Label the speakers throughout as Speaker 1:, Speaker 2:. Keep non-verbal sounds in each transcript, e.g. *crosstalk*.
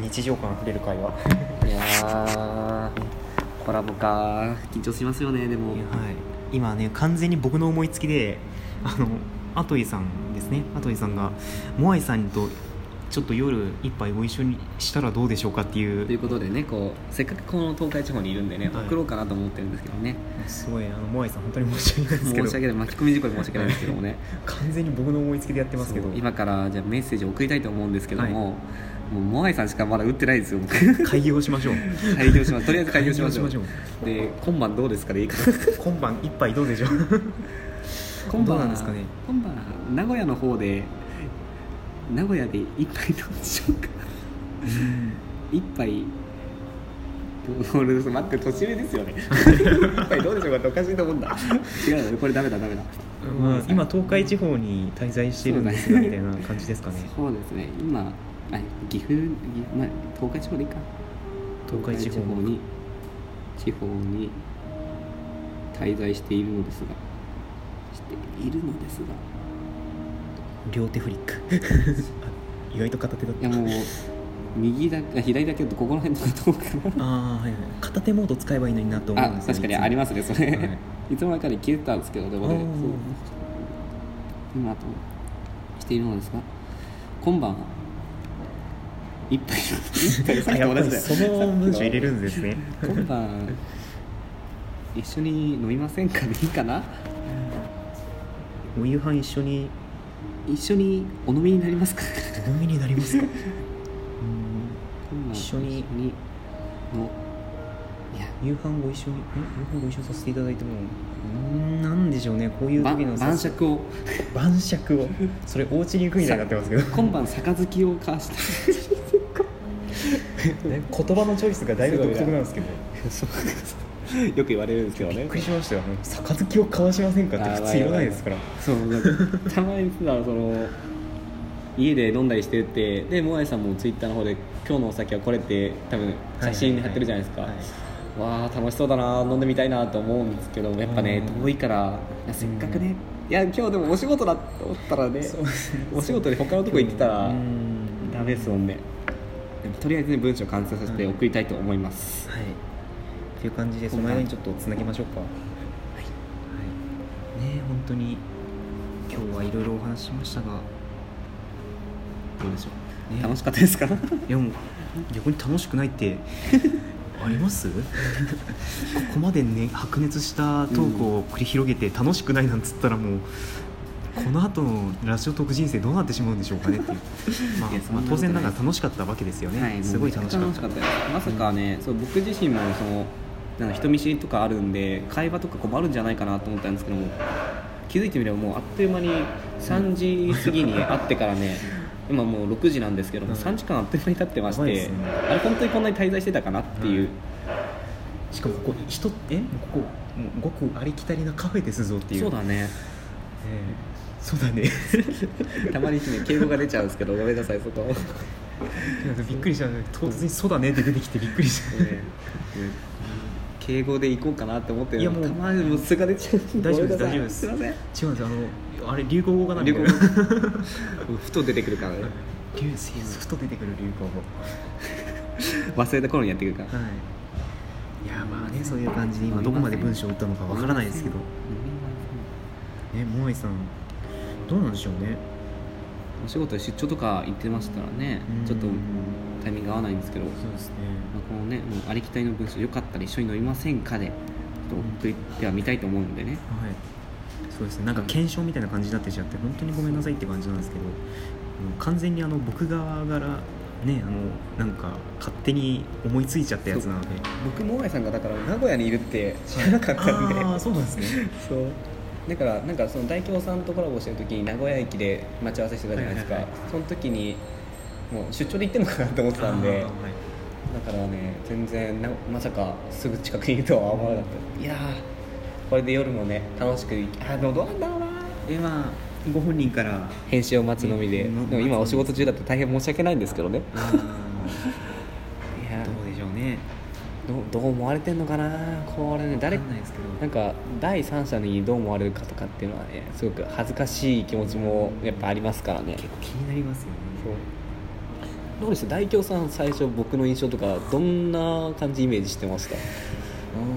Speaker 1: 日常感あふれる会話はい
Speaker 2: やーコラボか緊張しますよねでも
Speaker 1: い今ね完全に僕の思いつきであのアトイさんですねアトイさんがモアイさんとちょっと夜一杯ご一緒にしたらどうでしょうかってい
Speaker 2: といううことでねこうせっかくこの東海地方にいるんでね
Speaker 1: はい
Speaker 2: 送ろうかなと思ってるんですけどね、
Speaker 1: すごいあのモアイさん本当に申し訳ないですけど
Speaker 2: 申し訳ない巻き込み事故で申し訳ないですけど
Speaker 1: *laughs*
Speaker 2: もね
Speaker 1: 完全に僕の思いつきでやってますけど
Speaker 2: そう今からじゃあメッセージを送りたいと思うんですけども、
Speaker 1: は
Speaker 2: もうモアイさんしかまだ打ってないですよ僕 *laughs*
Speaker 1: 開業しましょう
Speaker 2: 開業しますとりあえず開業しましょう
Speaker 1: 開業
Speaker 2: で今晩どうですかでいいかな
Speaker 1: 今晩一杯どうでしょう
Speaker 2: 今
Speaker 1: どうな
Speaker 2: 晩
Speaker 1: んですかね
Speaker 2: 今晩名古屋の方で名古屋で一杯どうでしょうか一杯俺待って年上ですよ *laughs* ね一杯どうでしょうかっておかしいと思うんだ違うよねこれダメだダメだ
Speaker 1: まあ、今東海地方に滞在してるんですがみたいな感じですかね
Speaker 2: そうですね今あ岐阜岐阜まあ、東海地方でいいか
Speaker 1: 東海地方
Speaker 2: 東に地方に滞在しているのですがしているのですが
Speaker 1: 両手フリッ *laughs* クあ意外と片手だっ
Speaker 2: いやもう右だあ左だけどここの辺の遠く
Speaker 1: ああはいはい片手モード使えばいいのになと思うん
Speaker 2: あ
Speaker 1: ですよ
Speaker 2: 確かにありますねそれ、、
Speaker 1: はい
Speaker 2: つも中に消えてたんですけどでも
Speaker 1: あ
Speaker 2: ね
Speaker 1: ー
Speaker 2: そう今としているのですが今晩は一杯一杯
Speaker 1: いつ
Speaker 2: さ
Speaker 1: も
Speaker 2: っき
Speaker 1: やっぱ
Speaker 2: と
Speaker 1: り
Speaker 2: 同じだよ
Speaker 1: その文章入れるんですね
Speaker 2: 今晩一緒に飲みませんかでいいかな
Speaker 1: お夕飯一緒に
Speaker 2: 一緒にお飲みになりますか
Speaker 1: お飲みになりますかう
Speaker 2: 今
Speaker 1: 一
Speaker 2: 晩
Speaker 1: 緒に
Speaker 2: 一緒にのいや
Speaker 1: ーん夕飯ご一緒にん夕飯ご一緒させていただいてもうーんなんでしょうねこういう時の
Speaker 2: 晩
Speaker 1: さ
Speaker 2: 晩酌を
Speaker 1: 晩酌をそれお家に行くみたいになってますけど
Speaker 2: 今晩杯を交わして
Speaker 1: 言葉のチョイスがだいぶ独特なんですけど
Speaker 2: よく言われるんですけど
Speaker 1: び
Speaker 2: ね
Speaker 1: っくりしましたよ杯を交わしませんかって普通言わないですから
Speaker 2: そうなんかたまにさその家で飲んだりしてってでモアイさんもツイッターの方で「今日のお酒はこれ」って多分写真貼ってるじゃないですか、
Speaker 1: はいはいはい
Speaker 2: わあ楽しそうだな飲んでみたいなと思うんですけどやっぱね
Speaker 1: うん
Speaker 2: 遠いからいやせっかくねいや今日でもお仕事だと思ったらね
Speaker 1: そうですね
Speaker 2: お仕事で他のとこ行ってたら
Speaker 1: うーん
Speaker 2: ダメですもんねでもとりあえずね文章完成させて送りたいと思います、
Speaker 1: はい。っていう感じで、その間にちょっとつなぎましょうか。はい。ねえ、本当に。今日はいろいろお話ししましたが。
Speaker 2: どうでしょう、
Speaker 1: ね
Speaker 2: 楽しかったですか
Speaker 1: いや、もう、逆に楽しくない
Speaker 2: *laughs*
Speaker 1: って。あります *laughs* ここまでね白熱したトークを繰り広げて楽しくないなんつったらもうこの後のラジオトーク人生どうなってしまうんでしょうかねっ
Speaker 2: *laughs*
Speaker 1: ていう、まあ
Speaker 2: いやそん
Speaker 1: まあ
Speaker 2: なことない
Speaker 1: 当然ながら楽しかったわけですよね、
Speaker 2: はい、
Speaker 1: すごい楽しかった
Speaker 2: めちゃくちゃ楽しかったですまさかね、そう僕自身もそのなんか人見知りとかあるんで会話とか困るんじゃないかなと思ったんですけども気づいてみればもうあっという間に3時過ぎに会ってからね今もう6時なんですけども、
Speaker 1: うん
Speaker 2: 3時間あっという間に経ってまし
Speaker 1: やばいで
Speaker 2: て、
Speaker 1: すね
Speaker 2: あれ本当にこんなに滞在してたかなっていう、
Speaker 1: しかもここ人えここもうごくありきたりなカフェですぞっていう
Speaker 2: そうだ *laughs* ね
Speaker 1: そうだね
Speaker 2: たまにね敬語が出ちゃうんですけどごめんなさいそこ、 *laughs* ね
Speaker 1: *laughs* びっくりしたね唐突に「そうだね」って出てきてびっくりし
Speaker 2: 敬語で行こうかなって思って
Speaker 1: いやもう
Speaker 2: たまにもう素が出ちゃう
Speaker 1: 大丈夫です
Speaker 2: ごめんなさい
Speaker 1: 大丈夫です
Speaker 2: すいません
Speaker 1: た違うんですあのあれ流行語かな
Speaker 2: 流行
Speaker 1: み
Speaker 2: 語
Speaker 1: たいな
Speaker 2: ふと出てくるからね
Speaker 1: 流星ふと出てくる流行語
Speaker 2: 忘れた頃にやってくるから
Speaker 1: はいいやまあねそういう感じで今どこまで文章を打ったのかわからないですけどねモアイさんどうなんでしょうね
Speaker 2: お仕事で出張とか行ってましたらね
Speaker 1: うん
Speaker 2: ちょっとタイミング合わないんですけど、ま
Speaker 1: そうですね
Speaker 2: あ、このねもうありきたりの文章よかったら一緒に飲みませんかでちょっと送ってはみたいと思うんでね
Speaker 1: はいそうですねなんか検証みたいな感じになってきちゃって本当にごめんなさいって感じなんですけどあの完全にあの僕側からねあのなんか勝手に思いついちゃったやつなので
Speaker 2: 僕も大家さんがだから名古屋にいるって知らなかったんで、
Speaker 1: ああそうなんですね
Speaker 2: そうだからなんかその大京さんとコラボしてる時に名古屋駅で待ち合わせしてたじゃないですか、
Speaker 1: はいはい
Speaker 2: その時にもう出張で行ってんのかなと思ってたんで
Speaker 1: あーはい
Speaker 2: だからね全然なまさかすぐ近くにいるとは思わなかったいやーこれで夜もね楽しくいあーでもどうなんだろうな
Speaker 1: でまあご本人 *laughs* から
Speaker 2: 編集を待つのみで、
Speaker 1: うん
Speaker 2: でも今お仕事中だと大変申し訳ないんですけどね
Speaker 1: あー
Speaker 2: いや
Speaker 1: どうでしょうね
Speaker 2: どうどう思われてんのかなこれね誰
Speaker 1: わかんないですけど
Speaker 2: なんか第三者にどう思われるかとかっていうのはねすごく恥ずかしい気持ちもやっぱありますからね
Speaker 1: 結構気になりますよね
Speaker 2: そうどうでした大京さん最初僕の印象とかどんな感じイメージしてました
Speaker 3: あ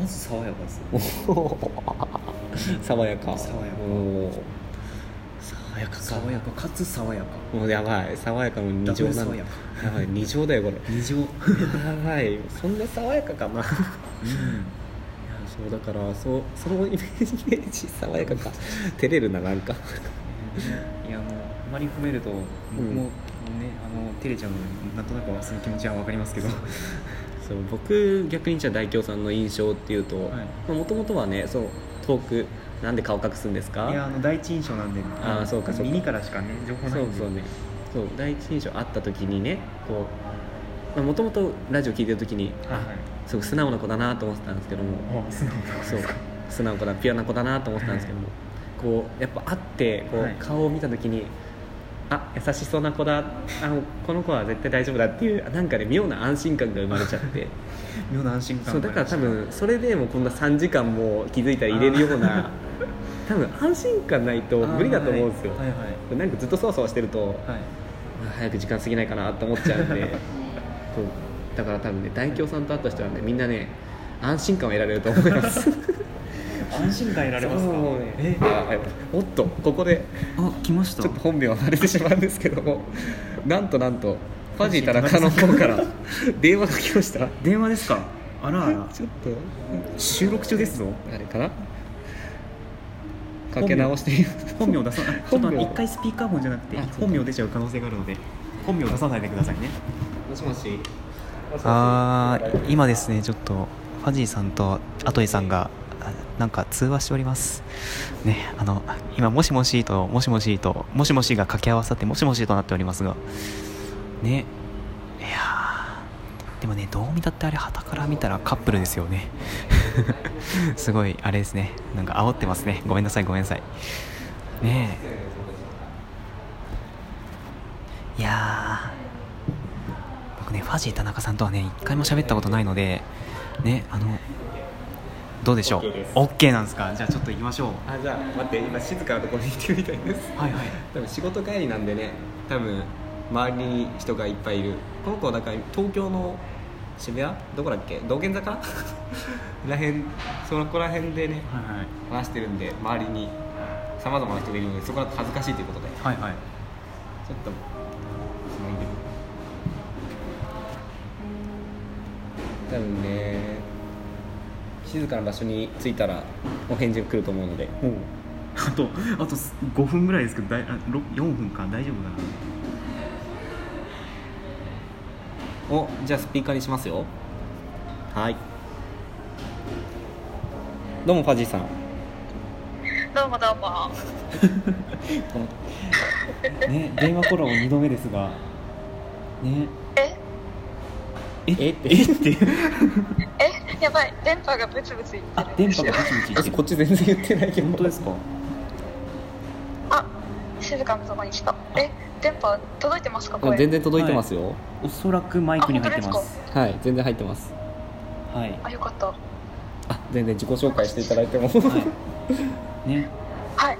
Speaker 3: まず爽やかですね
Speaker 2: *laughs* 爽やか
Speaker 3: 爽やか
Speaker 2: おー爽やかか
Speaker 3: 爽やかかつ爽やか
Speaker 2: もうやばい爽やかの
Speaker 3: ダ
Speaker 2: 二
Speaker 3: ブル
Speaker 2: 乗なん
Speaker 3: 爽
Speaker 2: だ
Speaker 3: や
Speaker 2: や
Speaker 3: か
Speaker 2: ばい二乗だよこれ
Speaker 3: 二乗うん
Speaker 2: やばいそんな爽やかかないやそうだからそうそのイメージイメージ爽やかか照れるななんか
Speaker 3: いやもうあまり褒めると僕もね、あの照れちゃうのでなんとなくはその気持ちはわかりますけど
Speaker 2: そう僕逆にじゃあ大京さんの印象っていうと
Speaker 3: はい
Speaker 2: もともとはねそう遠くなんで顔隠すんですか
Speaker 3: いやあの第一印象なんで
Speaker 2: あーそうかそうか
Speaker 3: 耳からしかね情報ない
Speaker 2: そうん
Speaker 3: で
Speaker 2: そうねそう第一印象会った時にねこうもともとラジオ聞いてる時に
Speaker 3: はいはい
Speaker 2: すごく素直な子だなと思ってたんですけども
Speaker 3: あ素直だ
Speaker 2: そう素直な子だピュアな子だなと思ってたんですけどもこうやっぱ会ってこう、
Speaker 3: はい
Speaker 2: 顔を見た時にあ優しそうな子だあこの子は絶対大丈夫だっていうなんかね妙な安心感が生まれちゃって
Speaker 3: *laughs* 妙な安心感
Speaker 2: そうだから多
Speaker 3: があり
Speaker 2: 分それでもうこんな3時間も気づいたら入れるよう
Speaker 3: *laughs*
Speaker 2: な多分安心感ないと
Speaker 3: ました
Speaker 2: 無理だと思うんですよ、
Speaker 3: はいはいはい
Speaker 2: なんかずっとそわそわしてる
Speaker 3: は
Speaker 2: と
Speaker 3: い
Speaker 2: あ早く時間過ぎないかなと思っちゃうんでそうだから多分ね大京さんと会った人はねみんなね安心感を得られると思います
Speaker 3: 安心感得られますか
Speaker 2: そうね
Speaker 3: え
Speaker 2: あはいおっとここで
Speaker 1: あ来ました
Speaker 2: ちょっと本名は慣れてしまうんですけどもなんとなんとファジー田中の方から *laughs* 電話が来ました
Speaker 1: 電話ですかあらあら
Speaker 2: ちょっ
Speaker 1: 収録中ですぞ
Speaker 2: とあれかなかけ直してみます
Speaker 1: 本名出さないちょ
Speaker 2: 本
Speaker 1: っ
Speaker 2: 名
Speaker 1: と一回スピーカーフォンじゃなくて
Speaker 2: あ
Speaker 1: 本名出ちゃう可能性があるので本名出さないでくださいね
Speaker 2: もしもし
Speaker 1: あー今ですねちょっとファジーさんとアトイさんがあなんか通話しておりますねあの今もしもしともしもしともしもしが掛け合わさってもしもしとなっておりますがねいやーでもねどう見たってあれ旗から見たらカップルですよね *laughs* すごいあれですねなんか煽ってますねごめんなさいごめんなさいねえいやー僕ねファジー田中さんとはね一回も喋ったことないのでねあのどうでしょう
Speaker 2: OK です
Speaker 1: OK なんですかじゃあちょっと行きましょう
Speaker 2: あじゃあ待って今静かなところに行ってるみたいです
Speaker 1: はいはい
Speaker 2: 多分仕事帰りなんでね多分周りに人がいっぱいいるこの子はだから東京の渋谷どこだっけ道玄坂 *laughs* らへんその子らへんでね
Speaker 1: はい
Speaker 2: 話してるんで周りにさまざまな人がいるのでそこだと恥ずかしいということでちょっ
Speaker 1: はいはい
Speaker 2: とつないで多分ね静かな場所に着いたらお返事が来ると思うので
Speaker 1: おうあとあと5分ぐらいですけどだいあろ4分か大丈夫かな
Speaker 2: おじゃあスピーカーにしますよはいどうもファジーさん
Speaker 4: どうもどうも。
Speaker 1: ね電話コラボ2度目ですがね
Speaker 4: え、
Speaker 1: え
Speaker 2: えって
Speaker 1: えって
Speaker 4: え、やばい、電波がブツブツいって
Speaker 1: あ
Speaker 4: る。
Speaker 1: 電波がブチブチいってる
Speaker 2: こっち全然言ってないけど
Speaker 1: 本当ですか
Speaker 4: あ、静かなとこに来た。え、電波届いてますか、声。
Speaker 2: 全然届いてますよ
Speaker 1: おそらくマイクに入ってま
Speaker 4: あ本当です
Speaker 2: はい、全然入ってます
Speaker 1: はい、は
Speaker 4: あ、よかった。
Speaker 2: あ全然自己紹介していただいても
Speaker 1: い、ね
Speaker 4: はい。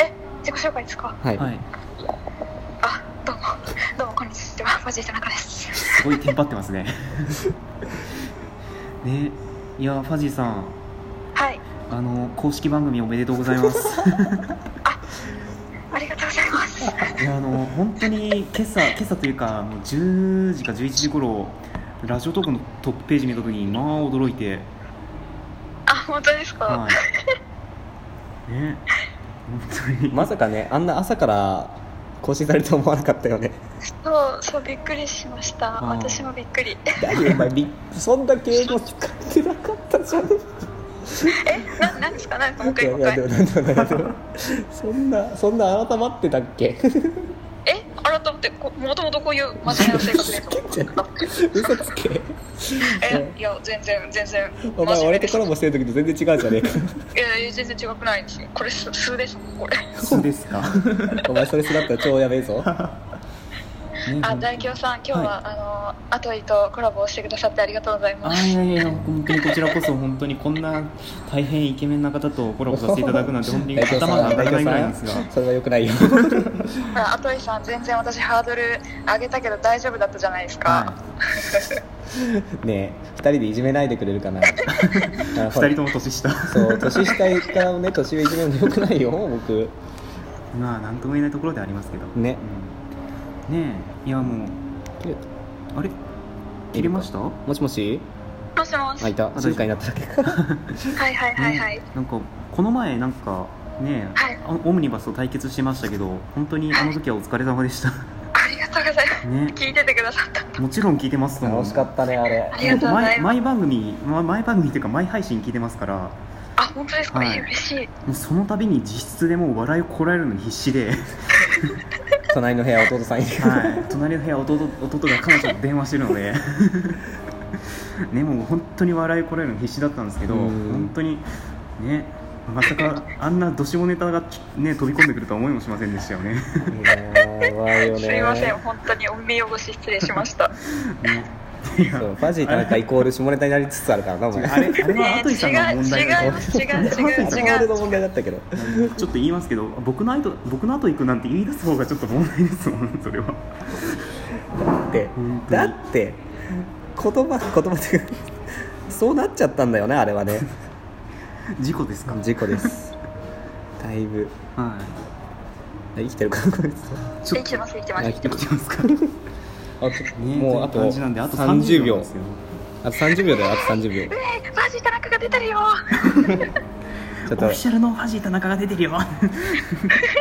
Speaker 4: え、自己紹介ですか。
Speaker 2: はい、
Speaker 1: はい
Speaker 4: あ、どうも。 *laughs* どうも、こんにちは。マジ田中です。
Speaker 1: すごいテンパってますねねいやファジーさん
Speaker 4: はい。
Speaker 1: あの公式番組おめでとうございます
Speaker 4: ありがとうございます。
Speaker 1: いやあの本当に今朝今朝というかもう10時か11時頃ラジオトークのトップページ見た時にまあ驚いて
Speaker 4: あ、本当ですか。
Speaker 1: はいね本当に
Speaker 2: まさかねあんな朝から更新されると思わなかったよね
Speaker 4: そう、そう、びっくりしました。
Speaker 1: うん
Speaker 4: 私もびっくり。 *laughs*
Speaker 2: だよお前びそんだけ英語使ってなかったじゃん
Speaker 4: え、な、なんですか、なんか、もう一
Speaker 2: い
Speaker 4: 回、も
Speaker 2: や
Speaker 4: う
Speaker 2: い
Speaker 4: 一
Speaker 2: や
Speaker 4: 回
Speaker 2: で。もなんでもないでもそんなそんな改まってたっけ
Speaker 4: え、改めて、こ、もともとこういう真面目な性格
Speaker 2: *laughs*
Speaker 4: でと思ってた。
Speaker 2: 嘘つけ
Speaker 4: え、いや、全然、全然。
Speaker 2: お前俺とコラボしてる時と全然違うじゃ
Speaker 4: *laughs*
Speaker 2: ねえか
Speaker 4: いやいや全然違くないですよこれ数数ですもんこれ
Speaker 1: そうですか
Speaker 2: お前それすらったら超やべえぞ
Speaker 4: あ、大京さん、今日は、あの、アトイとコラボをしてくださってありがとうござい
Speaker 3: あ
Speaker 4: ます。
Speaker 3: ーいやいやいや本当にこちらこそ本当にこんな大変イケメンな方とコラボさせていただくなんて本当に頭が上がらないぐらいなんですが
Speaker 2: それはよくないよ
Speaker 4: ほら、アトイさん、全然私ハードル上げたけど、大丈夫だったじゃないですか。
Speaker 2: ねえ2人でいじめないでくれ
Speaker 3: *laughs*
Speaker 2: るかな2
Speaker 1: 二人とも年下
Speaker 2: そう年下からね年上いじめるのよくないよ僕
Speaker 1: まあ何とも言えないところではありますけど、
Speaker 2: ね
Speaker 1: うんねえいやもうあれ切れました
Speaker 2: もしもし
Speaker 4: もしもし。
Speaker 2: あ
Speaker 4: はいい
Speaker 2: た
Speaker 1: あ
Speaker 2: 静かになっただけか
Speaker 4: はいはいはい。
Speaker 1: ねなんかこの前なんかねえ、
Speaker 4: はい
Speaker 1: あオムニバスと対決してましたけど本当にあの時はお疲れ様でした
Speaker 4: ありがとうございます。
Speaker 1: ね
Speaker 4: 聞いててくださった。
Speaker 1: もちろん聞いてますと思う
Speaker 2: 楽しかったねあれ
Speaker 4: ありがとうござ
Speaker 1: 毎
Speaker 4: いま
Speaker 1: 毎番組ま毎番組っていうか毎配信聞いてますからも
Speaker 4: す。あ、本当ですか、
Speaker 1: はい
Speaker 4: え嬉しい。
Speaker 1: うその度に実質でもう笑いをこらえるのに必死で、
Speaker 2: 隣の部屋弟さんに
Speaker 1: はい、隣の部屋弟弟が彼女と電話してるのでねもう本当に笑いこらえるのに必死だったんですけど
Speaker 2: うん
Speaker 1: 本当にねまさかあんなどしもネタが、ね、飛び込んでくるとは思いもしませんでしたよね
Speaker 2: やばいよね
Speaker 4: すみません、本当にお見汚し失礼しました。
Speaker 1: ねいや
Speaker 2: そうファジー田中イコール下ネタになりつつあるからなお前
Speaker 1: あれあれは
Speaker 4: ね
Speaker 1: アトイさんの問題だ
Speaker 4: 違
Speaker 1: よ
Speaker 4: います違う違う違う
Speaker 2: あれは俺の問題だったけど
Speaker 1: *laughs* ちょっと言いますけど僕の後僕の後行くなんて言い出す方がちょっと問題ですもんそれは
Speaker 2: だって
Speaker 1: 本当
Speaker 2: だ
Speaker 1: に
Speaker 2: って言葉 *laughs* 言葉っていうかそうなっちゃったんだよねあ
Speaker 1: *laughs*
Speaker 2: れはね
Speaker 1: 事故ですか
Speaker 2: 事故ですだいぶ
Speaker 1: は
Speaker 2: 生きてるかなこいつ
Speaker 1: いちょ
Speaker 4: 生
Speaker 1: っ
Speaker 4: き
Speaker 1: と
Speaker 4: てます、生きてま
Speaker 1: 生
Speaker 2: き
Speaker 4: す。
Speaker 1: きてますか
Speaker 2: あと
Speaker 1: ね
Speaker 2: もうあ
Speaker 1: とい
Speaker 2: と
Speaker 1: 感じなんであと
Speaker 2: 30
Speaker 1: 30
Speaker 2: 秒
Speaker 1: 秒ですよ
Speaker 2: あと30秒だよあと30秒
Speaker 4: えー、マジ田中が出てるよ。
Speaker 2: ちょ
Speaker 1: オ
Speaker 2: っと
Speaker 1: フィシャルのファジー田中が出てるよ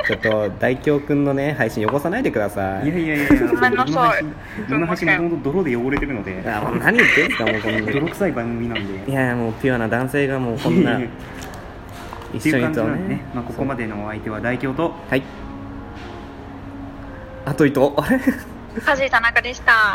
Speaker 2: ちょっと大京くんのね配信汚さないでくださ
Speaker 1: い
Speaker 2: い
Speaker 1: やいやいやいや
Speaker 4: ごめんなさい
Speaker 1: 僕の配信もともと泥で汚れてるので
Speaker 2: あもう何言ってんすかもうこんな
Speaker 1: 泥臭い番組なんで
Speaker 2: いやもうピュアな男性がもう
Speaker 1: *laughs*
Speaker 2: こんな
Speaker 1: って
Speaker 2: 一
Speaker 1: い
Speaker 2: 緒
Speaker 1: う感
Speaker 2: に
Speaker 1: じ
Speaker 2: と
Speaker 1: なんで
Speaker 2: ね
Speaker 1: ね、まあ、ここまでのお相手は大京と
Speaker 2: はいあと伊藤あれ
Speaker 4: マジ田中でした。